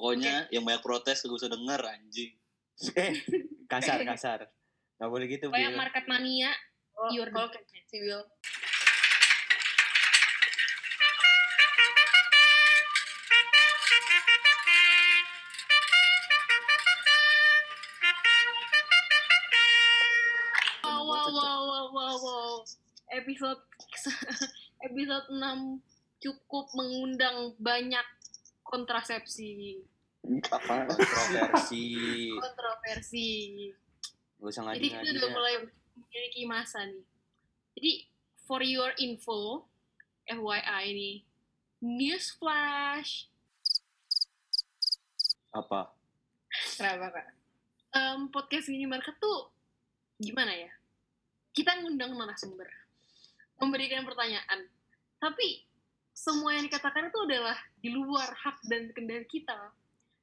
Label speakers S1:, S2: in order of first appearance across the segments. S1: Pokoknya yang banyak protes gue usah denger anjing.
S2: Eh, kasar kasar. Gak boleh gitu,
S3: Kalau
S1: Iya.
S3: yang
S2: Bill.
S3: market mania,
S4: Kalau-
S3: Your
S4: kalau
S3: Dick.
S4: kayak si Will. Wow, wow, wow, wow, wow, wow. Episode episode 6 cukup mengundang banyak kontrasepsi,
S1: Apa?
S2: Kontroversi.
S4: kontroversi.
S2: Gak usah
S4: Jadi gitu kita udah
S2: ngadi-ngadi.
S4: mulai memiliki masa nih. Jadi for your info, FYI ini news flash.
S2: Apa?
S3: Kenapa kak?
S4: Em, podcast ini mereka tuh gimana ya? Kita ngundang narasumber, memberikan pertanyaan, tapi semua yang dikatakan itu adalah di luar hak dan kendali kita.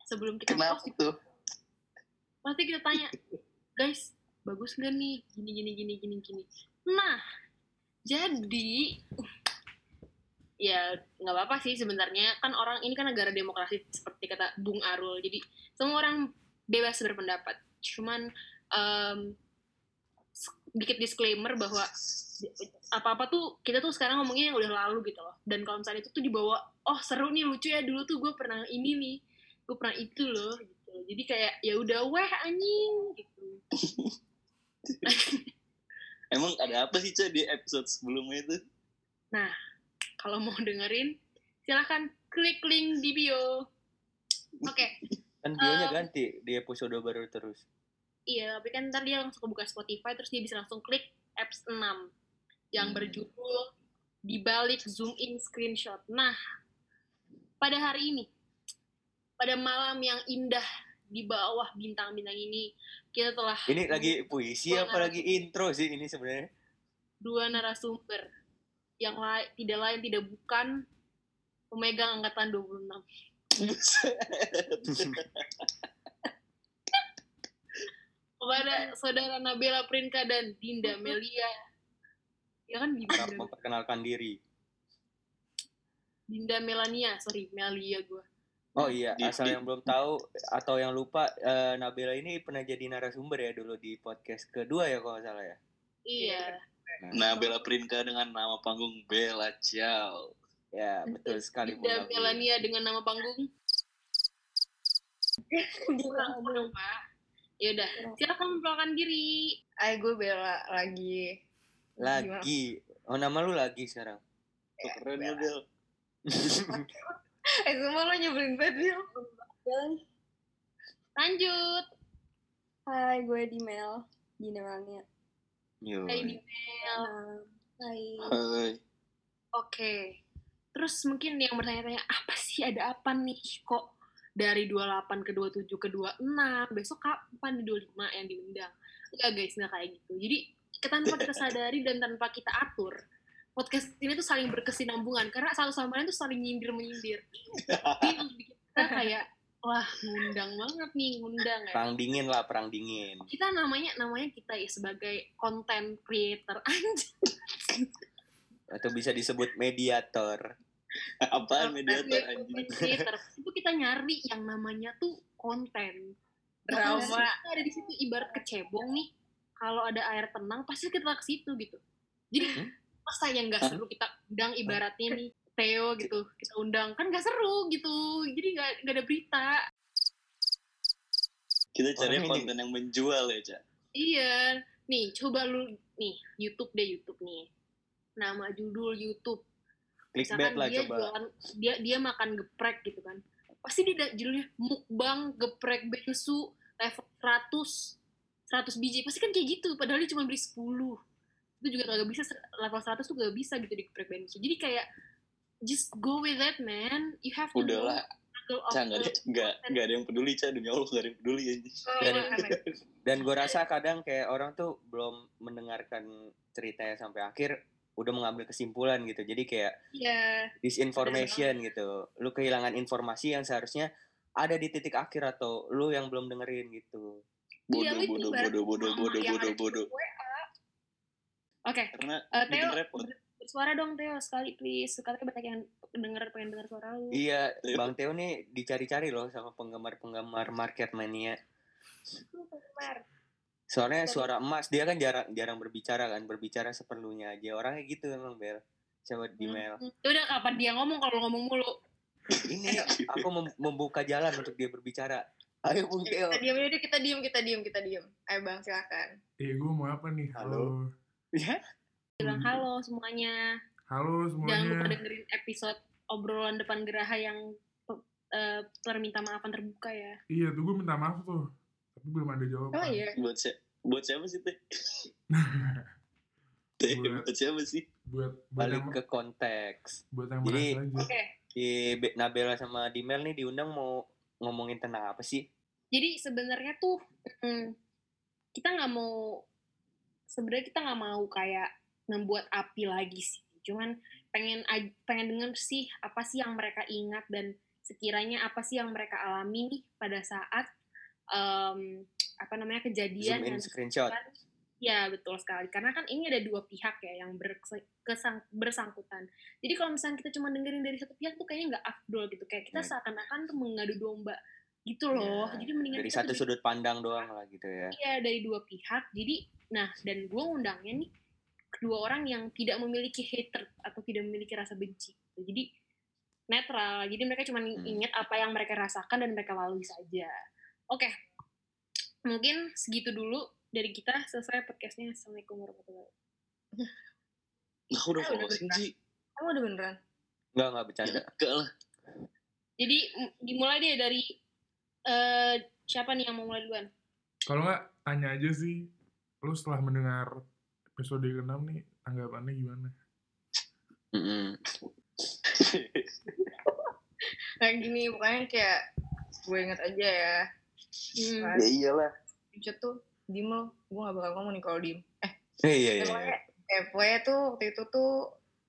S4: Sebelum kita
S1: Kenapa
S4: post,
S1: tuh?
S4: pasti kita tanya, guys, bagus nggak nih? Gini, gini, gini, gini, gini. Nah, jadi ya nggak apa-apa sih sebenarnya kan orang ini kan negara demokrasi seperti kata Bung Arul jadi semua orang bebas berpendapat cuman em, sedikit disclaimer bahwa apa-apa tuh kita tuh sekarang ngomongnya yang udah lalu gitu loh dan kalau misalnya itu tuh dibawa oh seru nih lucu ya dulu tuh gue pernah ini nih gue pernah itu loh gitu jadi kayak ya udah weh anjing gitu
S1: Emang ada apa sih Ca di episode sebelumnya itu?
S4: kalau mau dengerin silahkan klik link di bio oke
S2: Kan
S4: Um,
S2: bionya ganti di episode baru terus.
S4: Iya, tapi kan ntar dia langsung buka Spotify, terus dia bisa langsung klik apps 6
S1: Hmm.
S4: yang berjudul dibalik zoom in screenshot. Nah, pada hari ini, pada malam yang indah di bawah bintang-bintang ini, kita telah
S2: Ini lagi puisi
S4: Iya. Gua
S2: apa lagi intro sih ini sebenarnya?
S4: dua narasumber yang lai- tidak lain tidak bukan pemegang angkatan 26. Kepada saudara Nabila Prinka dan Dinda Melia. Ya kan Dinda
S2: Harap
S4: Melia.
S2: memperkenalkan diri.
S4: Dinda Melania, sorry, Melia gue.
S2: Oh iya,
S1: Di-
S2: asal
S1: di-
S2: yang belum tahu atau yang lupa, eh, Nabila ini pernah jadi narasumber ya dulu di podcast kedua ya kalau nggak salah ya.
S4: Iya.
S1: nah, Bella Prinka dengan nama panggung Bella Ciao.
S2: Ya betul
S1: kan,
S2: sekali. Bu
S4: Dinda
S2: Nabila.
S4: Melania dengan nama panggung. Kurang kurang, Pak. Ya udah, silakan memperkenalkan diri.
S3: Ay, gue Bella lagi.
S2: Lagi, oh nama lu lagi sekarang.
S1: Tuh, Keren lu, Bel.
S3: Eh, semua lo nyebelin banget, Bil.
S4: Lanjut.
S5: Hai, gue di Mel, di Melania.
S2: Yo.
S1: Oh,
S4: Hai,
S1: iya.
S4: Dinda.
S5: Hai.
S1: Hai.
S4: Oke. Terus mungkin yang bertanya-tanya, apa sih ada apa nih kok dari 28 ke 27 ke 26, besok kapan di 25 yang diundang? Enggak guys, enggak kayak gitu. Jadi kita tanpa kita sadari dan tanpa kita atur, podcast ini tuh saling berkesinambungan karena satu sama lain tuh saling nyindir-menyindir. Jadi yang bikin kita kayak wah ngundang banget nih ngundang ya.
S2: Perang dingin lah, perang dingin.
S4: Kita namanya namanya kita ya sebagai content creator anjir.
S2: Atau bisa disebut mediator.
S1: Apaan Kan mediator
S4: Content
S1: anjing?
S4: creator. itu kita nyari yang namanya tuh konten
S3: Drama.
S4: Makanya kita ada di situ ibarat kecebong nih kalau ada air tenang pasti kita ke situ gitu jadi
S2: Hmm?
S4: masa yang nggak seru kita undang ibaratnya nih Theo gitu kita undang kan nggak seru gitu jadi nggak nggak ada berita
S1: Kita cari
S2: Orang ini-
S1: konten yang menjual ya, Ca.
S4: iya nih coba lu nih YouTube deh YouTube nih nama judul YouTube
S2: Clickbait
S4: misalkan
S2: lah
S4: dia
S2: coba.
S4: jualan dia dia makan geprek gitu kan pasti dia ada judulnya mukbang geprek bensu level 100 100 biji pasti kan kayak gitu padahal dia cuma beli 10 itu juga kagak bisa se- level 100 tuh gak bisa gitu di geprek bensu jadi kayak just go with that man you have to
S1: Udahlah,
S4: know the struggle of
S1: Ca. Nggak ada,
S4: the-
S1: nggak, nggak ada yang peduli, Ca. Demi Allah, nggak ada yang peduli, anjing.
S2: Dari-
S3: Makan lagi.
S2: Dan gue rasa kadang kayak orang tuh belum mendengarkan ceritanya sampai akhir, udah mengambil kesimpulan gitu. Jadi kayak
S4: Iya.
S2: disinformation gitu. Lu kehilangan informasi yang seharusnya ada di titik akhir atau lu yang belum dengerin gitu.
S1: Bodoh,
S4: Iya, lu itu
S1: bodoh,
S4: ibarat
S1: bodoh, bodoh,
S4: mama
S1: bodoh,
S4: yang
S1: bodoh,
S4: ada di
S1: bodoh.
S4: oke
S1: Karena
S4: eh, Theo
S1: bikin repot.
S4: Eh, bersuara dong Theo sekali please katanya banyak yang denger pengen denger suara lu
S2: Iya, Bang Teo nih dicari-cari loh sama penggemar-penggemar market mania. Soalnya suara emas dia kan jarang jarang berbicara kan, berbicara seperlunya aja. Orangnya gitu emang Bel. Coba di
S4: Hmm.
S2: Mel.
S4: itu Ya udah kapan dia ngomong kalau lu ngomong mulu
S2: Ini ya. aku mem- membuka jalan untuk dia berbicara. Ayo Bung Teo.
S3: Kita diam yaudah kita diem, kita diem, kita diem. Ayo bang silakan.
S6: Eh, gue mau apa nih?
S2: Halo. Ya,
S4: bilang halo semuanya
S6: Halo
S4: jangan lupa
S6: semuanya.
S4: dengerin episode obrolan depan geraha yang pe- eh, perminta maafan terbuka ya
S6: Iya, tuh gue minta maaf tuh. Tapi belum ada jawaban.
S3: Oh iya.
S1: buat si- buat siapa sih teh teh
S6: Buat-
S1: buat siapa sih
S6: Buat buat yang,
S2: balik ke konteks.
S6: buat yang
S2: Jadi-
S6: merasa aja.
S3: Oke.
S2: Di Be- Nabela sama di Mel nih diundang mau ngomongin tentang apa sih?
S4: jadi sebenarnya tuh mm, kita nggak mau sebenarnya kita nggak mau kayak membuat api lagi sih cuman pengen aj- pengen denger sih apa sih yang mereka ingat dan sekiranya apa sih yang mereka alami nih pada saat em, apa namanya
S3: Iya,
S4: kejadian
S2: Zoom in
S4: dan
S2: screenshot.
S4: Ya betul sekali karena kan ini ada dua pihak ya yang berkes- kesang- bersangkutan. Jadi kalau misalnya kita cuma dengerin dari satu pihak tuh kayaknya nggak afdol gitu kayak kita
S2: Hmm.
S4: seakan-akan tuh mengadu domba gitu loh.
S2: Ya,
S4: Jadi mendingan
S3: iya.
S2: Dari
S4: kita
S2: satu
S4: dengerin-
S2: sudut pandang doang lah gitu ya.
S4: Iya dari dua pihak. Jadi nah dan gue undangnya nih kedua orang yang tidak memiliki hater atau tidak memiliki rasa benci. Jadi netral. Jadi mereka cuma
S2: Hmm.
S4: ingat apa yang mereka rasakan dan mereka lalui saja. Oke, mungkin segitu dulu dari kita selesai podcastnya. Assalamualaikum warahmatullahi wabarakatuh.
S1: aku udah
S3: Eh, udah
S1: closing
S3: beneran.
S1: sih
S3: Kamu udah beneran?
S2: Enggak, enggak bercanda.
S1: enggak lah
S4: Jadi m- dimulai deh dari eh, siapa nih yang mau mulai duluan?
S6: Kalau nggak, tanya aja sih. Lu setelah mendengar episode ke-6 nih, tanggapannya gimana?
S1: Iya,
S2: Mm-mm.
S3: Kayak Nah, gini pokoknya kayak gue inget aja ya.
S4: Hmm.
S1: ya iyalah
S3: Chat tuh diem lo. Gue gak bakal ngomong nih kalau diem.
S2: Iya, iya,
S3: Ya,
S2: iya.
S3: pokoknya, eh, pokoknya tuh waktu itu tuh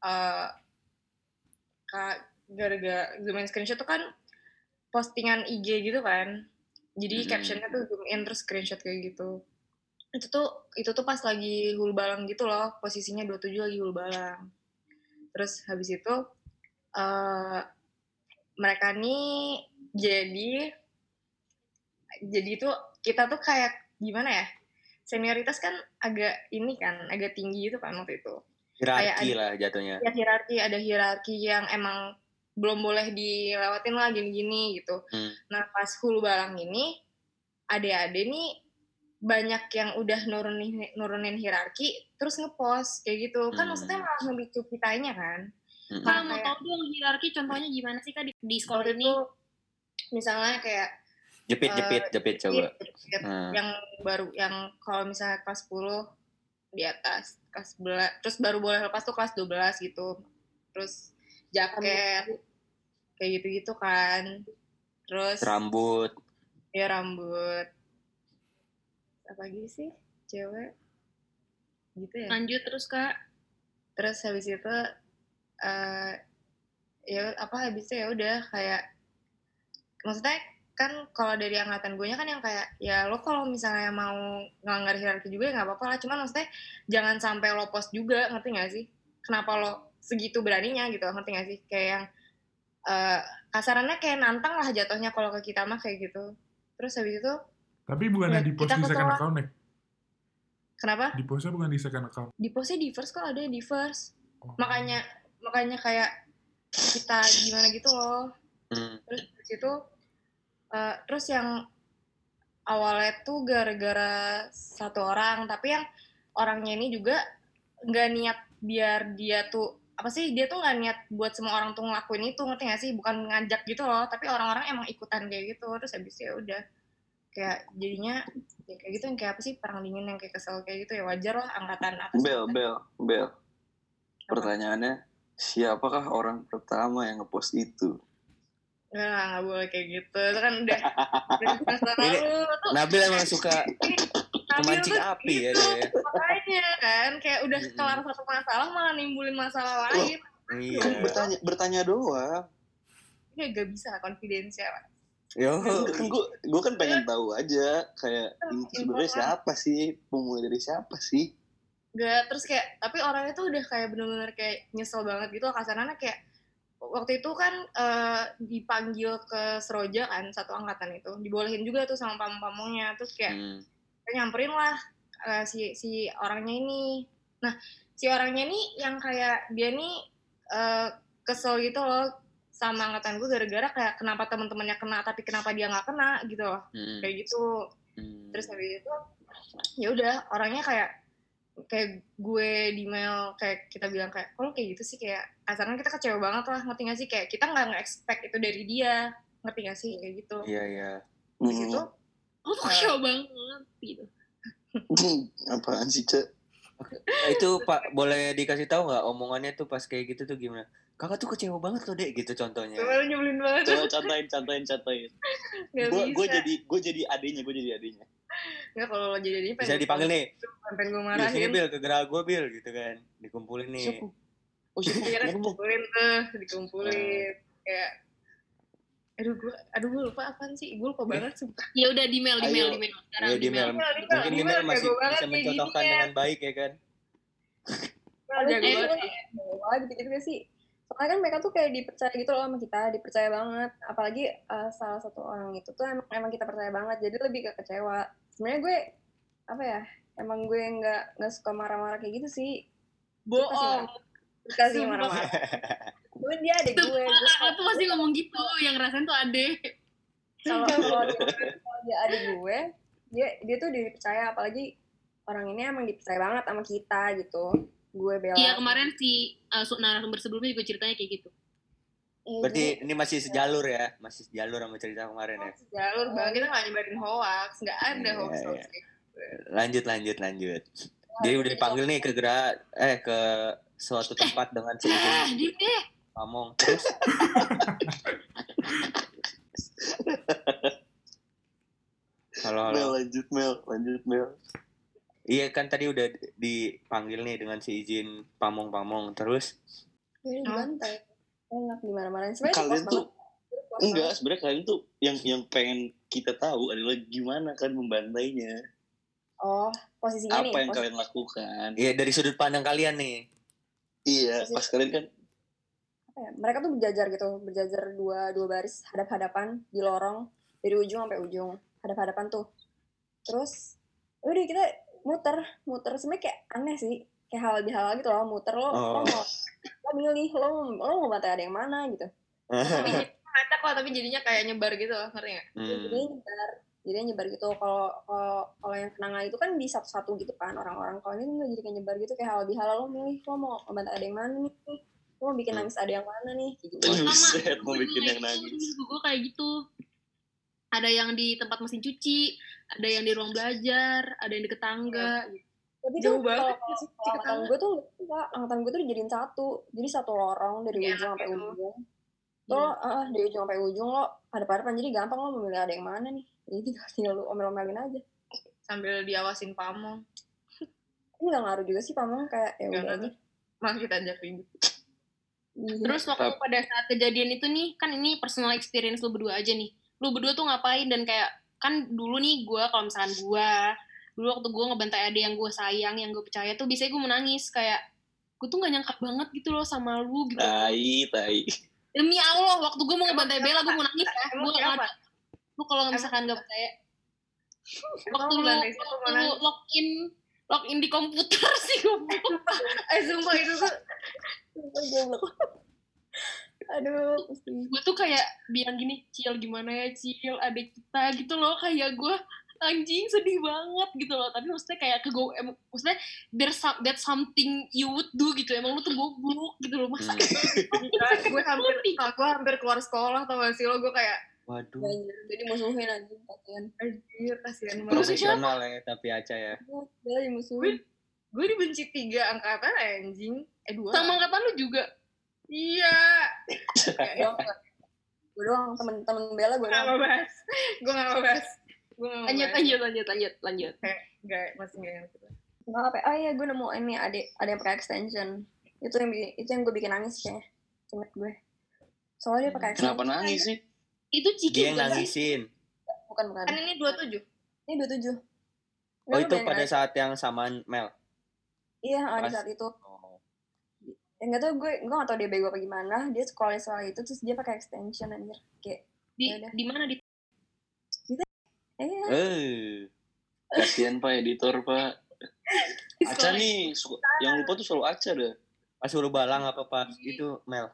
S3: eh kak gara-gara zoom in screenshot tuh kan postingan IG gitu kan. Jadi
S2: Mhm.
S3: captionnya tuh zoom in terus screenshot kayak gitu. Itu tuh itu tuh pas lagi hul balang gitu loh, posisinya 27 lagi hul balang. Terus habis itu eh mereka nih jadi jadi itu kita tuh kayak gimana ya? Senioritas kan agak ini kan, agak tinggi gitu kan waktu itu
S2: Hierarki
S3: kayak
S2: lah jatuhnya.
S3: ya hierarki ada hierarki yang emang belum boleh dilewatin lah gini-gini gitu.
S2: Hmm.
S3: Nah pas hulu barang ini ade-ade nih banyak yang udah nurunin nurunin hierarki terus ngepost kayak gitu kan
S2: Hmm.
S3: maksudnya malah ngebicu kitanya kan
S2: Mm-mm.
S4: Kalau mau
S3: kayak-
S4: tahu dong hierarki contohnya gimana sih kak di, di sekolah
S3: waktu
S4: ini?
S3: itu misalnya kayak eh,
S2: Jepit, jepit, jepit coba.
S3: dikit-dikit
S2: Hmm.
S3: yang baru yang kalau misalnya kelas 10 di atas kelas 11 terus baru boleh lepas tuh kelas 12 gitu terus jaket kayak gitu-gitu kan terus
S2: Rambut.
S3: ya rambut apa lagi sih cewek gitu ya
S4: Lanjut terus kak.
S3: terus habis itu eh ya apa habisnya ya udah kayak maksudnya kan kalau dari angkatan gue kan yang kayak ya lo kalau misalnya mau ngelanggar hierarki juga ya nggak apa-apa lah cuman maksudnya jangan sampai lo post juga ngerti nggak sih kenapa lo segitu beraninya gitu ngerti nggak sih kayak yang eh, kasarannya kayak nantang lah jatuhnya kalau ke kita mah kayak gitu terus habis itu
S6: Tapi bukan
S3: Ya,
S6: di post
S3: kita
S6: di second
S3: kesola-
S6: account ya?
S3: kenapa
S6: Di postnya bukan di second account.
S3: di postnya di first kok ada di first
S6: Oh.
S3: makanya makanya kayak kita gimana gitu loh
S2: Hmm.
S3: terus dari situ eh, terus yang awalnya tuh gara-gara satu orang tapi yang orangnya ini juga nggak niat biar dia tuh apa sih dia tuh nggak niat buat semua orang tuh ngelakuin itu ngerti gak sih bukan ngajak gitu loh tapi orang-orang emang ikutan kayak gitu terus habis itu ya udah kayak jadinya ya kayak gitu yang kayak apa sih perang dingin yang kayak kesel kayak gitu ya wajar lah angkatan apa sih?
S1: bel bel bel pertanyaannya siapakah orang pertama yang ngepost itu
S3: Nggak, nggak, nggak boleh kayak gitu. Itu kan udah dari masa
S2: Ini
S3: lalu. Tuh,
S2: Nabil emang suka
S3: Nabil
S2: memancing
S3: tuh
S2: api ya
S3: gitu,
S2: dia. ya.
S3: Makanya kan, kayak udah
S2: Mm-mm.
S3: kelar satu masalah malah nimbulin masalah lain.
S2: Iya.
S1: Kan bertanya bertanya doang
S3: Ini gak bisa konfidensial.
S2: Yo.
S3: Oh, iya.
S1: kan gue gue kan pengen tahu aja kayak
S2: Iya,
S1: ini tuh sebenarnya
S3: Informan.
S1: siapa sih pemulai dari siapa sih
S3: Gak, terus kayak, tapi orangnya tuh udah kayak bener-bener kayak nyesel banget gitu. loh. Kasarnya kayak, waktu itu kan eh, dipanggil ke Seroja kan satu angkatan itu dibolehin juga tuh sama pamong-pamongnya terus kayak
S2: Hmm.
S3: kita nyamperin lah eh, si si orangnya ini nah si orangnya ini yang kayak dia nih eh, kesel gitu loh sama angkatan gue gara-gara kayak kenapa teman-temannya kena tapi kenapa dia nggak kena gitu loh
S2: Hmm.
S3: kayak gitu
S2: Hmm.
S3: terus habis itu ya udah orangnya kayak kayak gue di mail kayak kita bilang kayak kalau kayak gitu sih kayak asalnya kita kecewa banget lah ngerti gak sih kayak kita nggak nge-expect itu dari dia ngerti gak sih kayak gitu
S2: Iya iya.
S3: Habis itu
S4: Aku tuh kecewa banget gitu.
S1: Hmm, Apaan sih, Cak?
S2: Nah, Itu Pak boleh dikasih tahu nggak omongannya tuh pas kayak gitu tuh gimana? Kakak tuh kecewa banget loh dek gitu contohnya.
S3: gue malah nyebelin banget
S1: Coba contohin, contohin, contohin.
S3: gak
S1: Gue
S3: bisa
S1: gue jadi gue jadi adenya, gue jadi adenya.
S3: nggak kalau lo jadi dia
S2: Bisa dipanggil nih.
S3: pengen gue
S2: Di sini
S3: marahin
S2: bil kegera gue bil gitu kan. Dikumpulin nih.
S1: Siapa? Oh, siapa?
S3: Akhirnya
S1: Ngomong.
S3: dikumpulin tuh
S2: Nah.
S3: dikumpulin kayak aduh gue aduh gue lupa apaan sih gue lupa banget sumpah
S4: Ya udah di mail, di mail,
S1: Ayo.
S4: di mail. Sekarang
S2: Iya
S4: di
S2: di
S4: mail.
S2: mail.
S3: Di mail, di mail,
S2: Nah, Mungkin
S3: di
S2: di
S3: mail
S2: mail masih
S3: jago banget
S2: bisa
S3: kayak
S2: mencontohkan
S3: gini ya.
S2: dengan baik ya kan.
S3: jago
S4: Eh,
S3: banget
S5: ya? Wah, gitu-gitu gak gitu, sih. Soalnya kan mereka tuh kayak dipercaya gitu loh sama kita, dipercaya banget. Apalagi eh, salah satu orang itu tuh emang, emang kita percaya banget, jadi lebih ke kecewa. Sebenarnya gue apa ya? Emang gue nggak nggak suka marah-marah kayak gitu sih.
S4: Bohong.
S5: Suka sih
S4: Sumpah.
S5: marah-marah. Cuman dia adik
S4: Tuh,
S5: gue. gue
S4: kakak tuh pasti ngomong gitu. Yang ngerasain tuh ade.
S5: kalau kalau dia, kalau dia adik gue, dia dia tuh dipercaya. Apalagi orang ini emang dipercaya banget sama kita gitu. Gue bela.
S4: Iya kemarin si uh, su- narasumber sebelumnya juga ceritanya kayak gitu.
S5: Iya,
S2: Berarti
S5: jadi-
S2: ini masih sejalur ya, masih sejalur sama cerita kemarin ya.
S3: jalur bang kita nggak nyebarin hoax nggak ada
S2: Iya,
S3: hoax
S2: iya.
S3: hoax
S2: Lanjut lanjut lanjut. Dia udah dipanggil nih ke gerak eh ke suatu tempat dengan
S4: Ah,
S2: seizin
S4: diem deh.
S2: pamong terus halo halo
S1: Mel, lanjut Mel, lanjut Mel.
S2: iya kan tadi udah dipanggil nih dengan seizin pamong pamong terus
S5: Gue dibantai. Enak dimana-mana. Sebenarnya
S1: Kalian
S5: di pos
S1: tuh
S5: banget. Pos
S1: enggak, sebenarnya kalian tuh yang yang pengen kita tahu adalah gimana kalian membantainya,
S5: banget. Oh, posisinya nih.
S1: apa yang
S5: pos-
S1: kalian lakukan.
S2: iya dari sudut pandang kalian nih
S1: Iya,
S5: Posisi-
S1: pas kalian kan
S5: apa ya, mereka tuh berjajar gitu, berjajar dua dua baris hadap-hadapan di lorong dari ujung sampai ujung, hadap-hadapan tuh. Terus ya udah kita muter, muter sebenarnya kayak aneh sih, kayak hal bihalal gitu loh, muter lo, lo
S2: Oh.
S5: mau lo milih lo lo mau bantai ada yang mana gitu.
S3: kacak lah tapi jadinya kayak nyebar gitu loh ngerti nggak
S5: Jadi
S2: Hmm.
S5: nyebar, jadi nyebar gitu. Kalau kalau kalau yang kenangan itu kan di satu-satu gitu kan orang-orang. Kalau ini nggak jadi kayak nyebar gitu kayak hal bihalal lo milih lo mau bantai ada yang mana nih, lo mau bikin
S2: Hmm.
S5: nangis ada yang mana nih, kayak gitu.
S1: buset mau
S4: Sama,
S1: bikin
S4: kayak
S1: yang
S4: gitu,
S1: nangis.
S4: Gue kayak gitu. Ada yang di tempat mesin cuci, ada yang di ruang belajar, ada yang deket tangga. gitu.
S5: Tapi
S3: Jauh
S5: tuh
S3: banget
S5: kalau-
S3: ya, sih,
S5: kalau angkatan
S3: ketahuan.
S5: gue tuh enggak, angkatan gue tuh dijadiin satu. Jadi satu lorong dari
S3: Iya,
S5: ujung sampai
S3: itu.
S5: ujung. Tuh lo, ah, dari ujung sampai ujung lo ada hadapan jadi gampang lo memilih ada yang mana nih. Jadi tinggal lo omel-omelin aja.
S3: sambil diawasin pamong
S5: Ini nggak ngaruh juga sih pamong kayak ya
S3: Nggak
S5: udah aja.
S3: ngaruh. malah kita ajak ribut
S5: Iya.
S4: Terus waktu pada saat kejadian itu nih, kan ini personal experience lu berdua aja nih. Lu berdua tuh ngapain dan kayak, kan dulu nih gue, kalau misalkan gue, dulu waktu gue ngebantai ada yang gue sayang, yang gue percaya tuh biasanya gue menangis kayak, gue tuh gak nyangka banget gitu loh sama lu
S1: Nah.
S4: gitu.
S1: Tai, tai.
S4: Demi Allah, waktu gue mau ngebantai
S3: Emang
S4: Bella, gue
S3: kenapa?
S4: mau nangis ya.
S3: emang
S4: Gue
S3: siapa
S4: Lu kalau
S3: Emang
S4: misalkan gak percaya,
S3: Emang
S4: waktu lu,
S3: lantai siapa
S4: waktu
S3: mau
S4: lu
S3: nangis?
S4: login, login di komputer sih gue.
S3: eh sumpah itu tuh
S5: Sumpah, goblok. Aduh, pusing.
S4: gue tuh kayak bilang gini cil gimana ya cil ada kita gitu loh kayak gue anjing sedih banget gitu loh tapi maksudnya kayak ke go em, maksudnya there's some, that's something you would do gitu emang lu tuh goblok gitu loh masa
S2: Hmm.
S3: gue hampir ah, gue hampir keluar sekolah tau gak sih lo gue kayak
S2: Waduh,
S5: Banyak. Jadi musuhin anjing kasihan.
S3: anjir kasihan banget
S2: profesional ya tapi Aca ya.
S5: Gue dimusuhin.
S3: gue dibenci tiga angkatan anjing eh dua
S4: sama angkatan lu juga
S3: iya
S5: Gue doang temen-temen Bella gue
S3: gue gak mau
S5: doang.
S3: bahas gue gak mau bahas gue gak mau
S4: lanjut
S3: bahas.
S4: lanjut lanjut lanjut lanjut
S3: Nggak, masih gak ngerti
S5: Nggak apa Oh iya, gue nemu ini ada ada yang pakai extension. Itu yang bi- itu yang gue bikin nangis kayaknya. Ingat gue. Soalnya dia pakai extension.
S1: Kenapa nangis sih?
S4: itu ciki
S2: Dia yang
S4: bukan sih?
S2: nangisin.
S5: Bukan bukan.
S3: kan ini dua tujuh
S5: Ini
S2: Oh
S5: 27. Kenapa ya?
S2: itu
S5: dia
S2: pada
S5: nangis?
S2: saat yang sama Mel.
S5: Iya, ah, di
S2: pas-
S5: saat itu.
S2: Oh.
S5: ya nggak tau gue gue nggak tau dia bego apa gimana dia sekolah soal itu terus dia pakai extension anjir kayak
S4: Di,
S3: Ya
S5: Yaudah.
S4: di mana di
S5: eh
S2: Eh,
S1: Kasihan Pak editor Pak.
S4: di
S1: Aca
S4: sekolah.
S1: nih, su- yang lupa tuh selalu Aca deh.
S2: pas huruf balang apa pas itu Mel.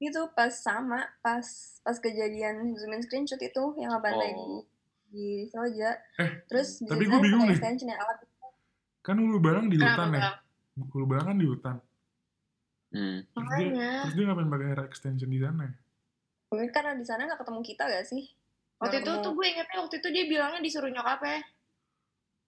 S5: itu gitu. pas sama pas pas kejadian zoomin screenshot itu yang abang
S1: Oh.
S5: lagi di Soja
S6: Eh,
S5: terus
S6: tapi
S5: biasanya
S6: gue bingung
S5: pakai
S6: nih.
S5: extension yang alat
S6: Kan Hulu Balang di
S4: Kenapa,
S6: hutan ya?
S4: Bang?
S6: Hulu Balang kan di hutan.
S1: Hmm.
S6: Terus dia,
S3: Makanya.
S6: terus dia ngapain pakai hair extension di sana? ya?
S5: mungkin karena di sana nggak ketemu kita gak sih
S3: Waktu
S5: Nggak
S3: itu
S5: ketemu.
S3: tuh gue ingetnya waktu itu dia bilangnya disuruh nyokap ya.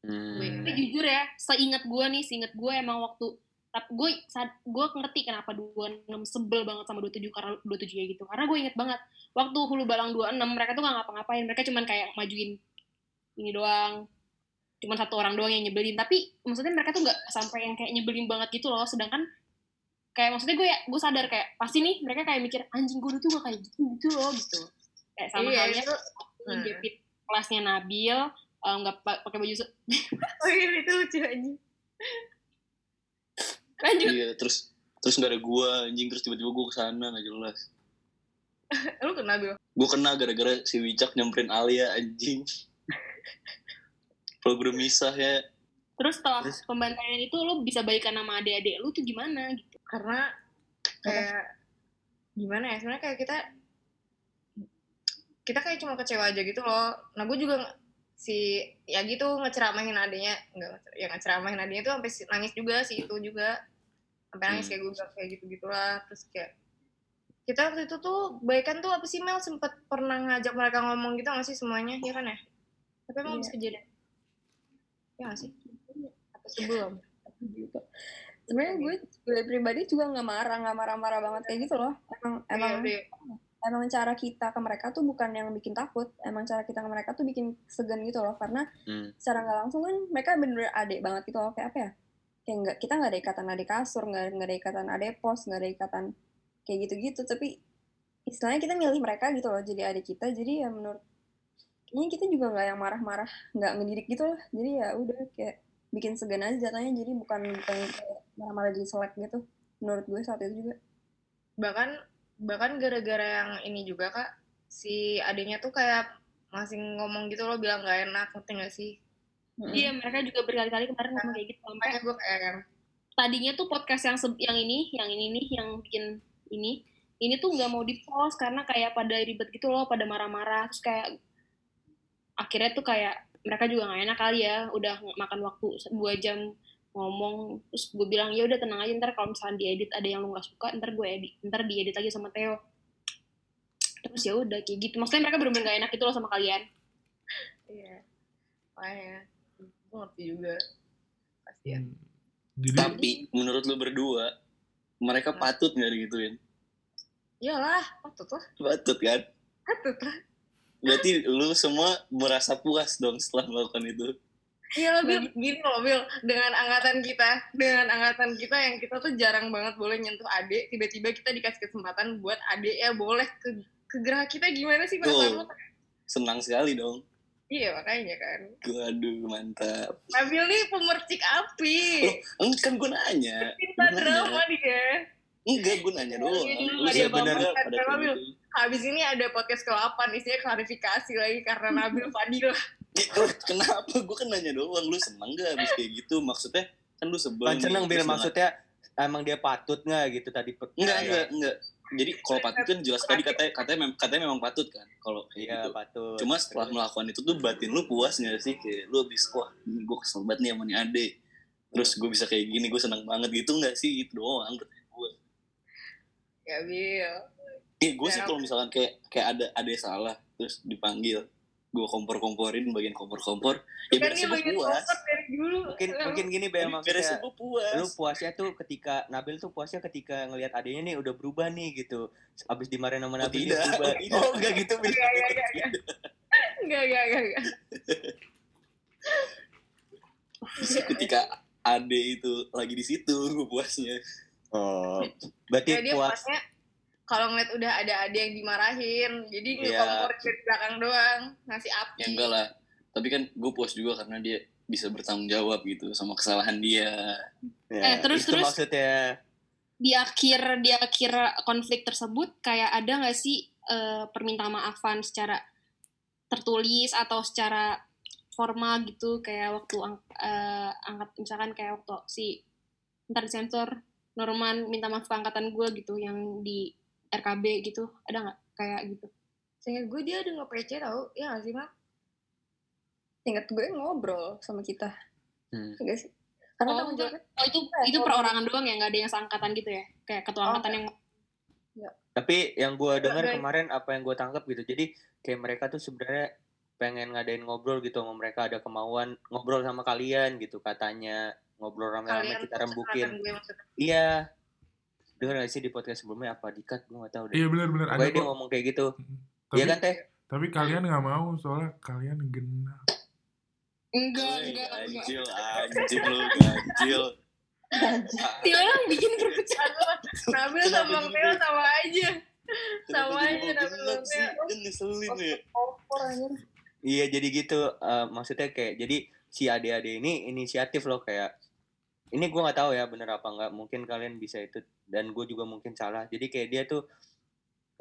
S1: Hmm.
S4: Gue- Tapi jujur ya, seingat gue nih, seingat gue emang waktu tapi gue saat gue ngerti kenapa 26 sebel banget sama 27 karena 27 ya gitu. Karena gue inget banget waktu Hulu Balang 26 mereka tuh gak ngapa-ngapain. Mereka cuman kayak majuin ini doang. Cuman satu orang doang yang nyebelin. Tapi maksudnya mereka tuh gak sampai yang kayak nyebelin banget gitu loh. Sedangkan kayak maksudnya gue ya gue sadar kayak pasti nih mereka kayak mikir anjing gue dulu tuh gak kayak gitu gitu loh gitu. Kayak sama
S3: Iya,
S4: halnya
S3: itu. Hmm.
S4: ngejepit kelasnya Nabil eh, nggak pa- pakai baju se-
S3: Oh iya itu lucu aja.
S4: lanjut
S1: Iya, terus terus nggak ada gua anjing terus tiba-tiba gua kesana nggak jelas.
S3: Lu kenal Bil?
S1: Gua kena gara-gara si Wicak nyamperin Alia anjing. Program misah ya.
S4: terus setelah
S2: Terus?
S4: pembantaian itu lu bisa balikan nama adik-adik lu tuh gimana gitu
S3: Karena kayak gimana ya sebenarnya kayak kita kita kayak cuma kecewa aja gitu loh. Nah gue juga nge- si ya gitu ngeceramahin adanya enggak ngecer- ya ngeceramahin adanya tuh sampai si- nangis juga si itu juga sampai
S1: Hmm.
S3: nangis kayak gue bilang kayak gitu gitulah terus kayak kita waktu itu tuh baikan tuh apa sih Mel sempet pernah ngajak mereka ngomong gitu nggak sih semuanya ya kan ya tapi emang
S5: Iya.
S3: habis kejadian ya nggak sih apa sebelum
S5: gitu. sebenarnya gue gue pribadi juga nggak marah nggak marah-marah banget kayak gitu loh emang emang
S3: Iya, iya.
S5: emang cara kita ke mereka tuh bukan yang bikin takut emang cara kita ke mereka tuh bikin segan gitu loh karena
S1: Hmm.
S5: secara nggak langsung kan mereka bener-bener adik banget gitu loh kayak apa ya kayak nggak kita nggak ada ikatan adik kasur nggak nggak ada ikatan adik pos nggak ada ikatan kayak gitu-gitu tapi istilahnya kita milih mereka gitu loh jadi adik kita jadi ya menurut kayaknya kita juga nggak yang marah-marah nggak ngedidik gitu loh jadi ya udah kayak bikin segan aja jatuhnya jadi bukan bukan kayak marah-marah jadi selek gitu menurut gue saat itu juga
S3: bahkan bahkan gara-gara yang ini juga kak si adiknya tuh kayak masih ngomong gitu loh bilang nggak enak ngerti nggak sih
S4: iya mereka juga berkali-kali kemarin ngomong kayak gitu sampai
S3: makanya gue kayak yang
S4: tadinya tuh podcast yang se- yang ini yang ini nih yang bikin ini ini tuh nggak mau di post karena kayak pada ribet gitu loh pada marah-marah terus kayak akhirnya tuh kayak mereka juga nggak enak kali ya udah makan waktu se- dua jam ngomong terus gue bilang ya udah tenang aja ntar kalau misalnya diedit ada yang lu nggak suka ntar gue edit ntar diedit lagi sama Theo terus ya udah kayak gitu maksudnya mereka bener-bener nggak enak gitu loh sama kalian
S3: iya makanya gue ngerti juga pasti
S6: Hmm. Jadi
S1: Tapi menurut lu berdua mereka patut nggak digituin?
S3: iyalah patut lah
S1: Patut kan?
S3: patut lah
S1: Berarti lu semua merasa puas dong setelah melakukan itu.
S3: iyalah Bil gini loh Bil dengan angkatan kita dengan angkatan kita yang kita tuh jarang banget boleh nyentuh adik tiba-tiba kita dikasih kesempatan buat adik ya boleh ke ke gerak kita gimana sih
S1: Tuh.
S3: perasaan lo
S1: Senang sekali dong.
S3: iya makanya kan
S1: Aduh, mantap.
S3: Nabil nih pemercik api
S1: Eng, kan gue nanya.
S3: cinta
S1: Gimana?
S3: drama dia
S1: Enggak, gue nanya doang.
S3: Iya, dulu
S1: Lu
S2: ada
S1: siapa
S2: yang
S1: juga
S3: ngomong,
S1: pada
S3: kan,
S1: kayak
S3: Bil.
S1: gitu.
S3: Habis ini ada podcast ke-8 isinya klarifikasi lagi karena Nabil Fadila.
S1: Eh, Kenapa? Gue kan nanya doang. Lu seneng gak abis kayak gitu? Maksudnya kan lu sebel.
S2: Bukan
S1: nih,
S2: seneng
S1: terus
S2: Bil
S1: lu
S2: maksudnya emang dia patut nggak gitu tadi per-
S1: nggak- Enggak,
S2: kayak-
S1: enggak, enggak. Jadi kalau patut kan jelas tadi katanya katanya, mem- katanya memang patut kan kalau kayak
S2: Iya
S1: gitu.
S2: patut.
S1: Cuma setelah melakukan itu tuh batin lu puas gak sih? Kayak lu abis, wah gue kesel banget nih sama nih ade. Terus gue bisa kayak gini, gue seneng banget gitu gak sih? Itu doang.
S3: Ya, Bil.
S1: Eh, gue sih
S3: Kayak
S1: kalau misalkan kayak kayak ada ada yang salah terus dipanggil, gue kompor-komporin bagian kompor-kompor, ya
S3: kan
S1: beres gue
S3: dia pengen
S1: puas.
S3: kompor dari dulu.
S2: mungkin
S3: Lu-
S2: mungkin gini Bel
S1: Beres
S2: Iya, maksudnya
S1: gue puas.
S2: lu puasnya tuh ketika Nabil tuh puasnya ketika ngelihat adanya nih udah berubah nih gitu. Abis dimarahin
S1: Oh,
S2: sama Nabil dia
S1: tidak.
S2: berubah.
S1: Oh, enggak gitu, Bil.
S3: Iya, iya, iya, iya. Enggak, enggak, enggak, enggak.
S1: Terus ketika Ade itu lagi di situ, gue puasnya.
S2: Oh.
S3: Ya,
S2: Berarti
S3: dia
S2: puas
S3: puasnya kalau ngeliat udah ada adik yang dimarahin, jadi
S2: Iya.
S3: ngekompor dari belakang doang, ngasih api.
S1: Ya enggak lah. Tapi kan gue puas juga karena dia bisa bertanggung jawab gitu sama kesalahan dia.
S4: Eh,
S2: Ya,
S4: terus,
S2: itu
S4: terus.
S2: maksudnya
S4: di akhir di akhir konflik tersebut kayak ada nggak sih eh, permintaan maafan secara tertulis atau secara formal gitu kayak waktu ang- eh, angkat misalkan kayak waktu si ntar disensor Norman minta maaf ke angkatan gue gitu yang di RKB gitu ada nggak kayak gitu
S3: Sehingga gue dia ada nge-PC tau, ya gak sih, Mak?
S5: Ingat gue ngobrol sama kita.
S2: Hmm.
S5: Enggak sih? Karena
S4: Oh,
S5: tanggung
S4: enggak.
S5: jawabnya-
S4: oh itu
S5: Eh,
S4: itu
S5: kalau-
S4: perorangan doang ya nggak ada yang seangkatan gitu ya kayak ketua
S5: Oh,
S4: angkatan yang
S2: Tapi yang gue dengar
S3: guys.
S2: kemarin apa yang gue tangkap gitu. Jadi kayak mereka tuh sebenarnya pengen ngadain ngobrol gitu sama mereka ada kemauan ngobrol sama kalian gitu katanya ngobrol rame-rame
S3: Kalian
S2: kita
S3: tuh
S2: rembukin.
S3: seangkatan gue maksudnya.
S2: Iya. Dengar gak sih di podcast sebelumnya apa dikat gue gak tahu deh.
S6: Iya benar-benar ada
S2: Pokoknya dia
S6: kok.
S2: ngomong kayak gitu.
S6: Tapi,
S2: Iya kan teh?
S6: tapi kalian nggak mau soalnya kalian genap.
S4: enggak
S1: Woi,
S4: enggak enggak
S1: Ganjil, anjing lu, ganjil.
S4: Tio yang bikin perpecahan
S3: Nabil
S1: Kenapa
S3: sama
S1: jadi
S3: Bang Teo
S1: gue?
S3: sama aja.
S1: Kenapa
S3: Sama
S1: jadi
S3: aja,
S1: mau
S3: Nabil
S1: genap sih?
S3: Lumia.
S1: Kan ngeselin ya.
S5: Kompor anjir.
S2: Iya jadi gitu. Eh, maksudnya kayak jadi si ade-ade ini inisiatif loh kayak ini gue nggak tahu ya bener apa nggak mungkin kalian bisa itu dan gue juga mungkin salah jadi kayak dia tuh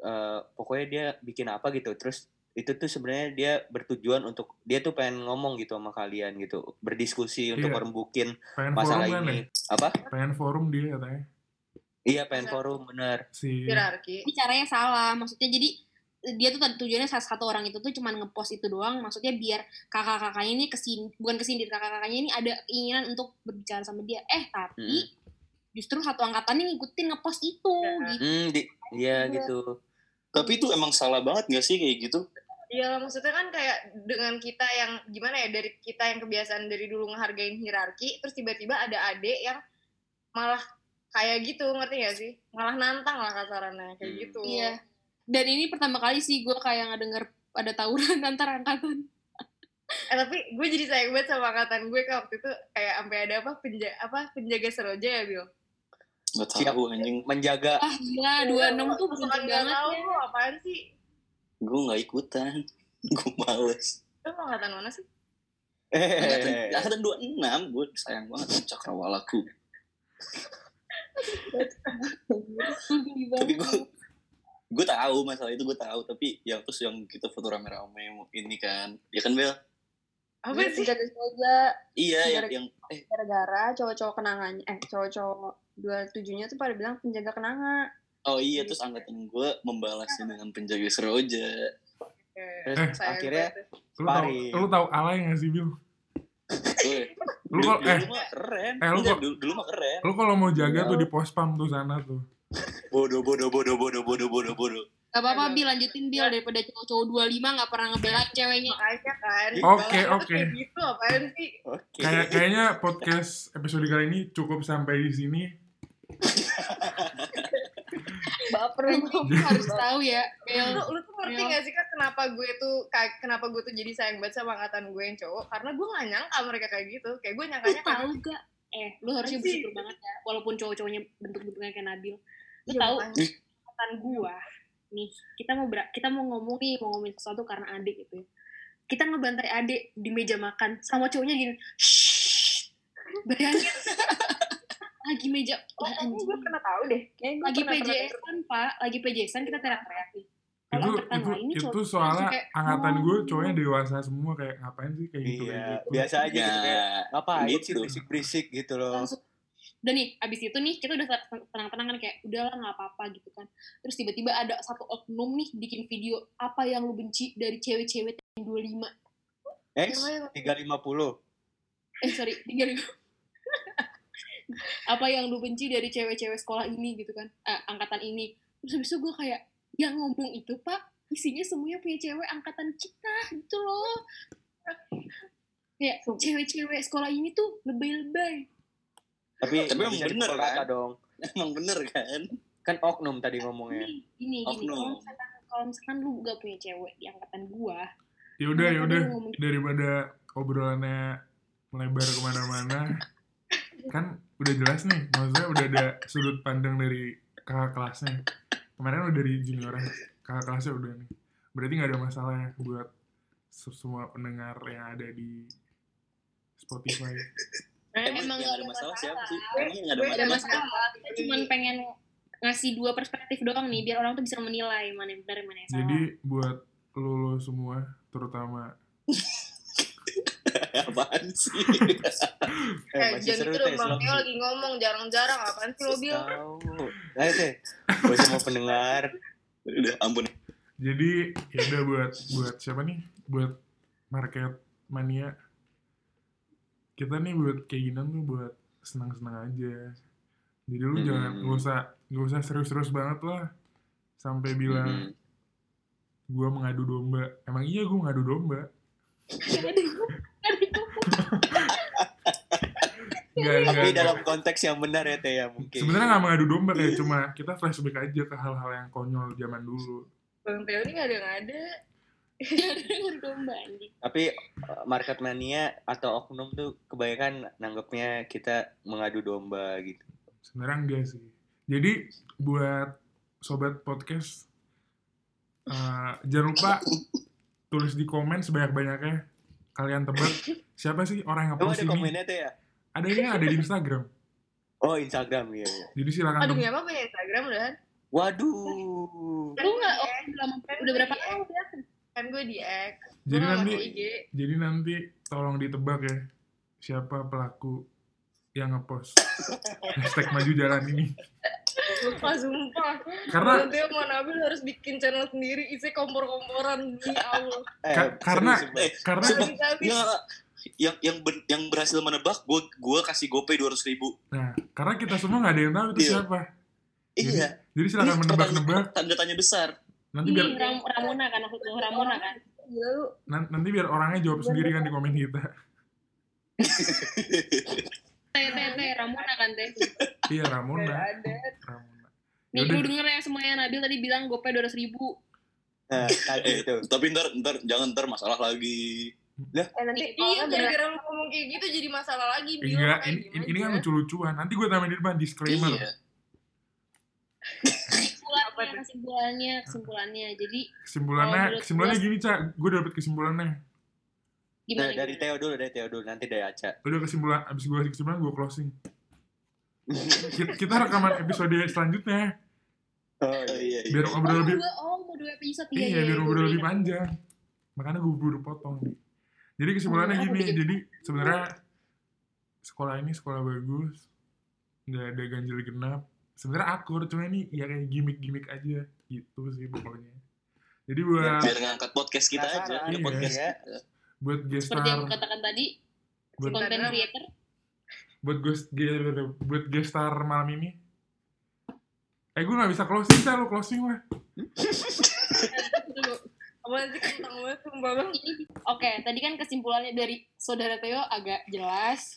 S2: eh, pokoknya dia bikin apa gitu terus itu tuh sebenarnya dia bertujuan untuk dia tuh pengen ngomong gitu sama kalian gitu berdiskusi untuk
S6: Iya.
S2: merembukin
S6: Pengen forum
S2: masalah
S6: kan ya?
S2: ini apa
S6: Pengen forum dia katanya.
S2: iya pengen
S3: Masalah.
S2: forum bener
S6: Si
S3: Iya. Hierarki.
S4: Tapi caranya salah maksudnya jadi eh, dia tuh tadi tujuannya salah satu orang itu tuh cuman ngepost itu doang maksudnya biar kakak-kakaknya ini kesin bukan kesindir kakak-kakaknya ini ada keinginan untuk berbicara sama dia eh tapi justru satu angkatan ini ngikutin ngepost itu
S3: Ya.
S4: gitu
S2: hmm di- iya
S5: Iya.
S2: gitu
S1: Tapi itu emang salah banget gak sih kayak gitu?
S3: Iya lah, maksudnya kan kayak dengan kita yang gimana ya dari kita yang kebiasaan dari dulu ngehargain hierarki, terus tiba-tiba ada adik yang malah kayak gitu, ngerti gak sih? Malah nantang lah kasarannya kayak
S2: Hmm.
S3: gitu.
S4: iya dan ini pertama kali sih gue kayak ngedenger ada tawuran antar angkatan
S3: Eh, tapi gue jadi sayang banget sama angkatan gue kan waktu itu kayak sampai ada apa penja apa penjaga seroja ya Bil.
S1: Gak
S2: Siap.
S1: tahu anjing.
S2: menjaga
S4: ah
S3: Iya,
S4: gila 26 tuh
S3: Lu
S4: bener
S3: soal nggak
S4: banget
S3: tahu
S4: ya.
S3: lu apaan sih?
S1: Gue gak ikutan. Gue males.
S3: Lu mau angkatan mana sih?
S6: Eh.
S1: Angkatan
S2: Eh,
S1: angkatan 26, gue sayang banget cakrawalaku.
S4: Geli banget.
S1: Tapi gue gue tahu masalah itu gue tahu tapi yang terus yang kita foto rame-rame ini kan ya kan Bel
S3: Apa sih?
S5: Jaga jaga
S1: iya yang,
S5: Gara-
S1: yang eh
S5: gara-gara cowok-cowok kenangannya eh cowok-cowok dua tujuhnya tuh pada bilang penjaga kenanga
S1: oh iya terus angkatan gue membalasnya dengan penjaga seroja
S3: Eh,
S2: terus
S6: Eh,
S3: sayang
S2: akhirnya
S3: banget.
S6: lu tahu
S2: Paris.
S6: lu tahu alay nggak sih Bil?
S1: Weh,
S2: Iya,
S6: Lu
S1: dulu,
S6: kalau eh
S1: dulu mah keren
S6: eh, lu
S1: Enggak,
S6: kok-
S1: dulu, dulu mah keren
S6: lu kalau mau jaga
S5: Iya.
S6: tuh di pospam tuh sana tuh.
S1: bodoh bodoh bodoh bodoh bodoh bodoh bodoh
S4: Gak apa-apa, Bil. Lanjutin, Bil. Daripada cowok-cowok 25 gak pernah ngebelain ceweknya.
S3: makanya kan.
S6: Oke,
S3: Malah lu
S6: oke.
S3: Kayak gitu apaan sih?
S2: Iya.
S1: oke
S6: Kayak kayaknya podcast episode kali ini cukup sampai di sini.
S5: baper
S4: Lu harus tahu ya, Bil.
S3: lu, lu tuh ngerti
S4: Iya.
S3: gak sih kan kenapa gue tuh kayak kenapa gue tuh jadi sayang banget sama angkatan gue yang cowok karena gue gak nyangka mereka kayak gitu kayak gue
S4: Lu
S3: nyangkanya
S4: tahu gak? Eh, lu harusnya
S3: Anjing.
S4: bersyukur banget ya. Walaupun cowok-cowoknya bentuk-bentuknya kayak Nabil. Lu
S3: Iya,
S4: tahu
S3: makanya.
S4: angkatan gua. Nih, kita mau ber- kita mau ngomong nih, mau ngomongin sesuatu karena adik gitu ya. Kita ngebantai adik di meja makan sama cowoknya gini. Shh. Bayangin. lagi meja
S5: oh
S4: Wah,
S5: kayaknya gue
S4: anjing.
S5: pernah tahu deh kayaknya gue
S4: lagi
S5: pernah- pernah
S2: Eh,
S4: PJS kan pak lagi PJS kan kita teriak-teriak nih kalau
S6: Itu
S4: angkatan
S6: itu
S4: lain nih
S6: itu
S4: cowok
S6: soalnya
S4: kayak, Hmm.
S6: angkatan gue cowoknya dewasa semua kayak ngapain sih kayak gitu kayak
S2: iya
S6: gitu.
S2: biasa aja gitu kayak
S1: Nah,
S2: ngapain sih
S1: Gitu.
S2: berisik-berisik gitu loh
S4: langsung udah nih abis itu nih kita udah tenang-tenang kan kayak udahlah nggak apa-apa gitu kan terus tiba-tiba ada satu oknum nih bikin video apa yang lu benci dari cewek-cewek yang 25
S6: Kan
S2: eh
S3: Namanya apa?
S2: 350
S4: eh sorry 35 apa yang lu benci dari cewek-cewek sekolah ini gitu kan eh, angkatan ini terus habis itu gue kayak yang ngomong itu pak isinya semuanya punya cewek angkatan kita gitu loh kayak cewek-cewek sekolah ini tuh lebay-lebay
S2: tapi
S1: Tapi
S2: nggak
S1: emang
S2: bisa
S1: bener,
S2: dipukul rata
S1: kan?
S2: dong
S1: emang bener kan
S2: kan oknum tadi
S6: Iya,
S2: ngomongnya
S4: ini gini gini kalau
S1: Oh, iya. Oknum.
S4: misalkan, kalau misalkan lu gak punya cewek di angkatan gua
S6: Ya udah ya
S4: Makanya
S6: udah
S4: lu ngomong- gitu,
S6: daripada obrolannya melebar kemana-mana kan udah jelas nih maksudnya udah ada sudut pandang dari kakak kelasnya kemarin udah dari junior kakak kelasnya udah nih berarti nggak ada masalah ya buat se- semua pendengar yang ada di Spotify
S1: Emang,
S4: Emang
S6: iya,
S1: yang
S4: gak
S1: ada
S4: ada
S1: masalah, siapa
S4: masalah.
S1: sih? Emang yang ada
S4: Gue ada
S1: masalah.
S4: masalah. Kita cuma pengen ngasih dua perspektif doang nih biar orang tuh bisa menilai mana yang benar mana yang salah.
S6: Jadi buat lo, lo semua, terutama
S1: Apaan sih?
S2: Eh,
S3: Eh,
S2: masih
S3: jangan
S2: seru
S3: gitu
S2: teh,
S3: dong, Bang Tio
S2: Sloki.
S3: lagi ngomong jarang-jarang. Apaan sih lo, Bil?
S2: Tahu. Ayo teh, gue semua pendengar.
S1: Udah ampun.
S6: Jadi ya udah buat buat siapa nih? Buat market mania. Kita nih buat kayak gini tuh buat senang-senang aja. Jadi lu
S2: Mm-mm.
S6: jangan gak usah gak usah serius-serius banget lah sampai
S2: Mm-mm.
S6: bilang gua mengadu domba. Emang iya gua mengadu domba.
S4: kan
S6: Enggak, enggak.
S2: Tapi dalam konteks yang benar ya teh ya mungkin.
S6: iya. Sebenarnya nggak mengadu domba kayak cuma kita flashback aja ke hal-hal yang konyol zaman dulu.
S3: Bang Tio ini gak ada nggak ada.
S4: Jadi domba anjing.
S2: Tapi eh, market mania atau oknum tuh kebanyakan nanggepnya kita mengadu domba gitu.
S6: Sebenarnya enggak sih. Jadi buat sobat podcast eh, jangan lupa tulis di komen sebanyak-banyaknya kalian tebak siapa sih orang yang
S2: Kamu
S6: ngepost
S2: ada
S6: ini.
S2: komennya teh ya?
S6: Ada ini ada di Instagram.
S2: Oh Instagram iya. iya.
S6: Jadi silakan
S3: Aduh,
S6: tem-
S3: punya apa punya Instagram udah? Kan
S2: Waduh.
S4: Lu nggak? Oh, udah lama- udah berapa
S3: Iya.
S4: tahun ya?
S3: Kan gue di X. Gua
S6: jadi kan
S3: nggak
S6: nanti
S3: masuk IG.
S6: jadi nanti tolong ditebak ya siapa pelaku yang ngepost hashtag maju jalan ini
S3: Wah, sumpah.
S6: karena
S3: Bang Tio mau nabi harus bikin channel sendiri. Isi kompor-komporan. Demi Allah.
S2: Eh,
S6: Ka- karena-
S1: Eh,
S2: serius, Mbak.
S6: karena
S1: Sumpah.
S3: Habis-habis.
S1: Ya, yang yang ben- yang berhasil menebak gue gua kasih gopay dua ratus ribu
S6: nah karena kita semua nggak ada yang tahu itu
S1: Iya.
S6: siapa
S1: iya
S6: jadi silakan
S1: Ini
S6: menebak-nebak
S1: pertanyaan- tanda tanya besar
S6: nanti biar
S4: Ini Ram- Ramona kan aku tuh Ramona kan.
S5: Gila lu.
S6: nan- nanti biar orangnya jawab sendiri kan di komen kita
S4: Teh teh teh Ramona kan teh.
S6: iya Ramona
S3: Nggak ada.
S6: Ramona
S4: Nih
S6: Yaudah.
S4: gue denger ya semuanya Nabil tadi bilang gopay 200 ribu.
S2: Nah, tadi
S1: eh,
S2: itu.
S1: tapi ntar ntar jangan ntar masalah lagi
S5: Eh
S3: Iya,
S5: nanti kalau nggak
S3: gara-gara lu ngomong kayak gitu jadi masalah lagi, Bil. Kayak
S6: enggak Iya, ini, ini, ini kan
S3: gimana?
S6: lucu-lucuan nanti gue tambahin di depan disclaimer
S1: iya
S3: Apa
S4: Kesimpulannya,
S3: tuh?
S4: kesimpulannya, kesimpulannya. Jadi
S6: kesimpulannya
S4: Oh, menurut
S6: kesimpulannya gini cak gue dapet kesimpulannya
S4: gimana?
S2: dari
S4: gimana?
S2: Theo dulu, dari Theo dulu, nanti dari Aca.
S6: udah kesimpulan abis gue kasih kesimpulan gue closing Ki- kita rekaman episode selanjutnya
S2: Oh,
S1: Oh, iya, iya.
S6: biar ngobrol lebih
S4: Oh, dua, oh, mau dua episode
S6: iya, biar ngobrol lebih panjang makanya gue buru potong jadi
S4: Oh,
S6: kesimpulannya gini
S4: iya.
S6: jadi sebenarnya sekolah ini sekolah bagus nggak ada ganjil genap sebenarnya akur cuma ini ya kayak gimmick-gimmick aja gitu sih pokoknya jadi
S4: Iya.
S6: buat
S1: biar ngangkat podcast kita aja
S2: Penasaran,
S1: ada podcast
S2: iya.
S1: kita.
S6: buat
S4: Seperti yang
S6: gestar
S4: katakan tadi,
S6: Buat-
S4: konten creator
S6: buat guest ge- buat gestar malam ini eh gue nggak bisa closing saya lo closing lah
S4: Tunggu.
S3: Apaan sih kentang banget, sumpah bang.
S4: Ini- Oke, tadi kan kesimpulannya dari saudara Theo agak jelas.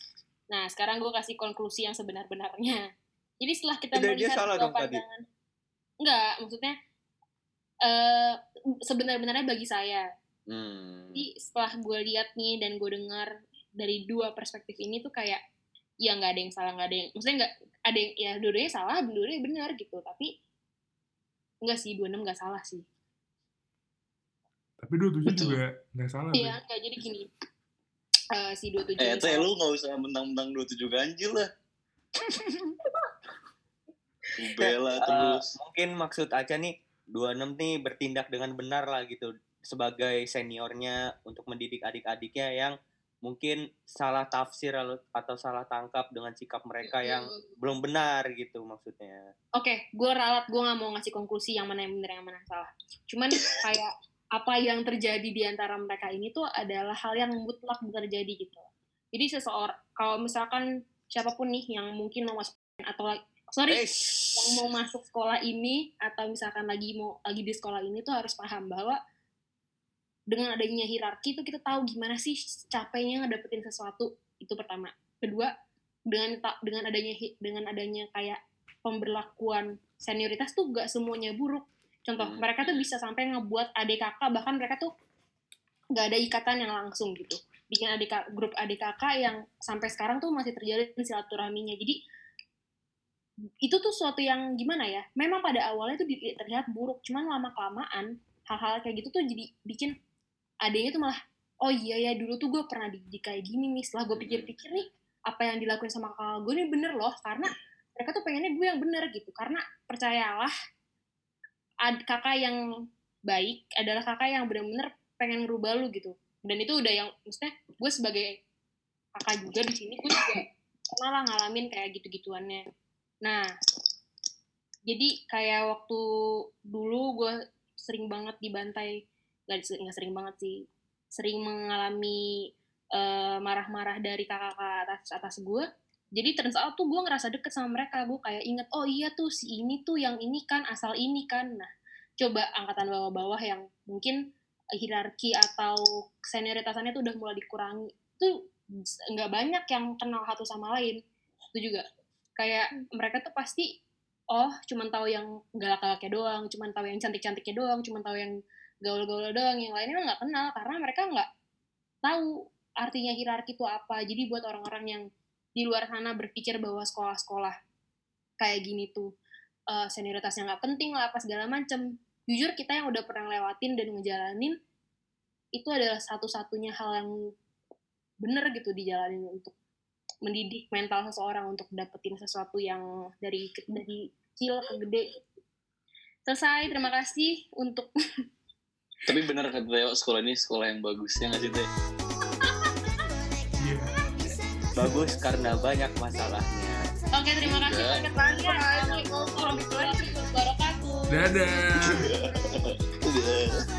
S4: Nah, sekarang gue kasih konklusi yang sebenar-benarnya. Jadi setelah kita
S2: Tidak, dia
S4: melihat
S2: salah
S4: dua
S2: dong tadi.
S4: pandangan, enggak, maksudnya eh sebenar-benarnya bagi saya.
S2: Hmm.
S4: Jadi setelah gue lihat nih dan gue dengar dari dua perspektif ini tuh kayak ya nggak ada yang salah nggak ada yang maksudnya nggak ada yang ya dua-duanya salah dua-duanya benar gitu tapi enggak sih dua enam nggak salah sih
S6: tapi dua tujuh
S1: Betul.
S6: juga nggak salah
S4: iya nggak jadi gini Eh si dua tujuh
S1: eh teh lu nggak usah mentang-mentang dua tujuh ganjil lah Lu bela
S2: Eh,
S1: terus
S2: mungkin maksud Aca nih 26 nih bertindak dengan benar lah gitu sebagai seniornya untuk mendidik adik-adiknya yang mungkin salah tafsir al- atau salah tangkap dengan sikap mereka yang
S4: Iya.
S2: belum benar gitu maksudnya.
S4: Oke, gue ralat, gue nggak mau ngasih konklusi yang mana yang benar yang mana yang salah. Cuman kayak apa yang terjadi di antara mereka ini tuh adalah hal yang mutlak terjadi gitu. Jadi seseorang, kalau misalkan siapapun nih yang mungkin mau masuk atau lagi- sorry,
S2: Eh,
S4: yang mau masuk sekolah ini atau misalkan lagi mau lagi di sekolah ini tuh harus paham bahwa dengan adanya hierarki itu kita tahu gimana sih capeknya ngedapetin sesuatu itu pertama. Kedua, dengan ta- dengan adanya hi- dengan adanya kayak pemberlakuan senioritas tuh gak semuanya buruk. Contoh,
S2: Hmm.
S4: mereka tuh bisa sampai ngebuat adik kakak bahkan mereka tuh gak ada ikatan yang langsung gitu. Bikin adik kak- grup adik kakak yang sampai sekarang tuh masih terjalin silaturahminya. Jadi itu tuh suatu yang gimana ya? Memang pada awalnya tuh di- terlihat buruk, cuman lama kelamaan hal-hal kayak gitu tuh jadi bikin adanya tuh malah oh iya ya dulu tuh gue pernah dididik kayak gini nih. Setelah gue
S2: Hmm.
S4: pikir-pikir nih, apa yang dilakuin sama kakak gue ini bener loh karena mereka tuh pengennya gue yang bener gitu karena percayalah ad, kakak yang baik adalah kakak yang bener-bener pengen ngerubah lu gitu dan itu udah yang maksudnya gue sebagai kakak juga di sini gue juga pernah lah ngalamin kayak gitu-gituannya nah jadi kayak waktu dulu gue sering banget dibantai nggak dis- nggak sering banget sih sering mengalami eh, marah-marah dari kakak-kakak atas atas gue jadi turns out tuh gue ngerasa deket sama mereka gue kayak inget oh iya tuh si ini tuh yang ini kan asal ini kan nah coba angkatan bawah-bawah yang mungkin hierarki atau senioritasannya tuh udah mulai dikurangi tuh nggak banyak yang kenal satu sama lain itu juga kayak mereka tuh pasti oh cuman tahu yang galak-galaknya doang cuman tahu yang cantik-cantiknya doang cuman tahu yang gaul-gaul doang yang lainnya mah nggak kenal karena mereka nggak tahu artinya hierarki itu apa jadi buat orang-orang yang di luar sana berpikir bahwa sekolah-sekolah kayak gini tuh eh, senioritasnya nggak penting lah apa segala macem jujur kita yang udah pernah lewatin dan ngejalanin itu adalah satu-satunya hal yang bener gitu dijalanin untuk mendidik mental seseorang untuk dapetin sesuatu yang dari dari kecil ke gede selesai terima kasih untuk
S1: Tapi bener kata Teo, sekolah ini sekolah yang bagus ya nggak sih Teh?
S6: Iya.
S2: Bagus karena banyak masalahnya.
S4: Oke, terima kasih
S1: Iya.
S4: banyak banyak. Assalamualaikum warahmatullahi wabarakatuh.
S6: Dadah.
S1: Udah.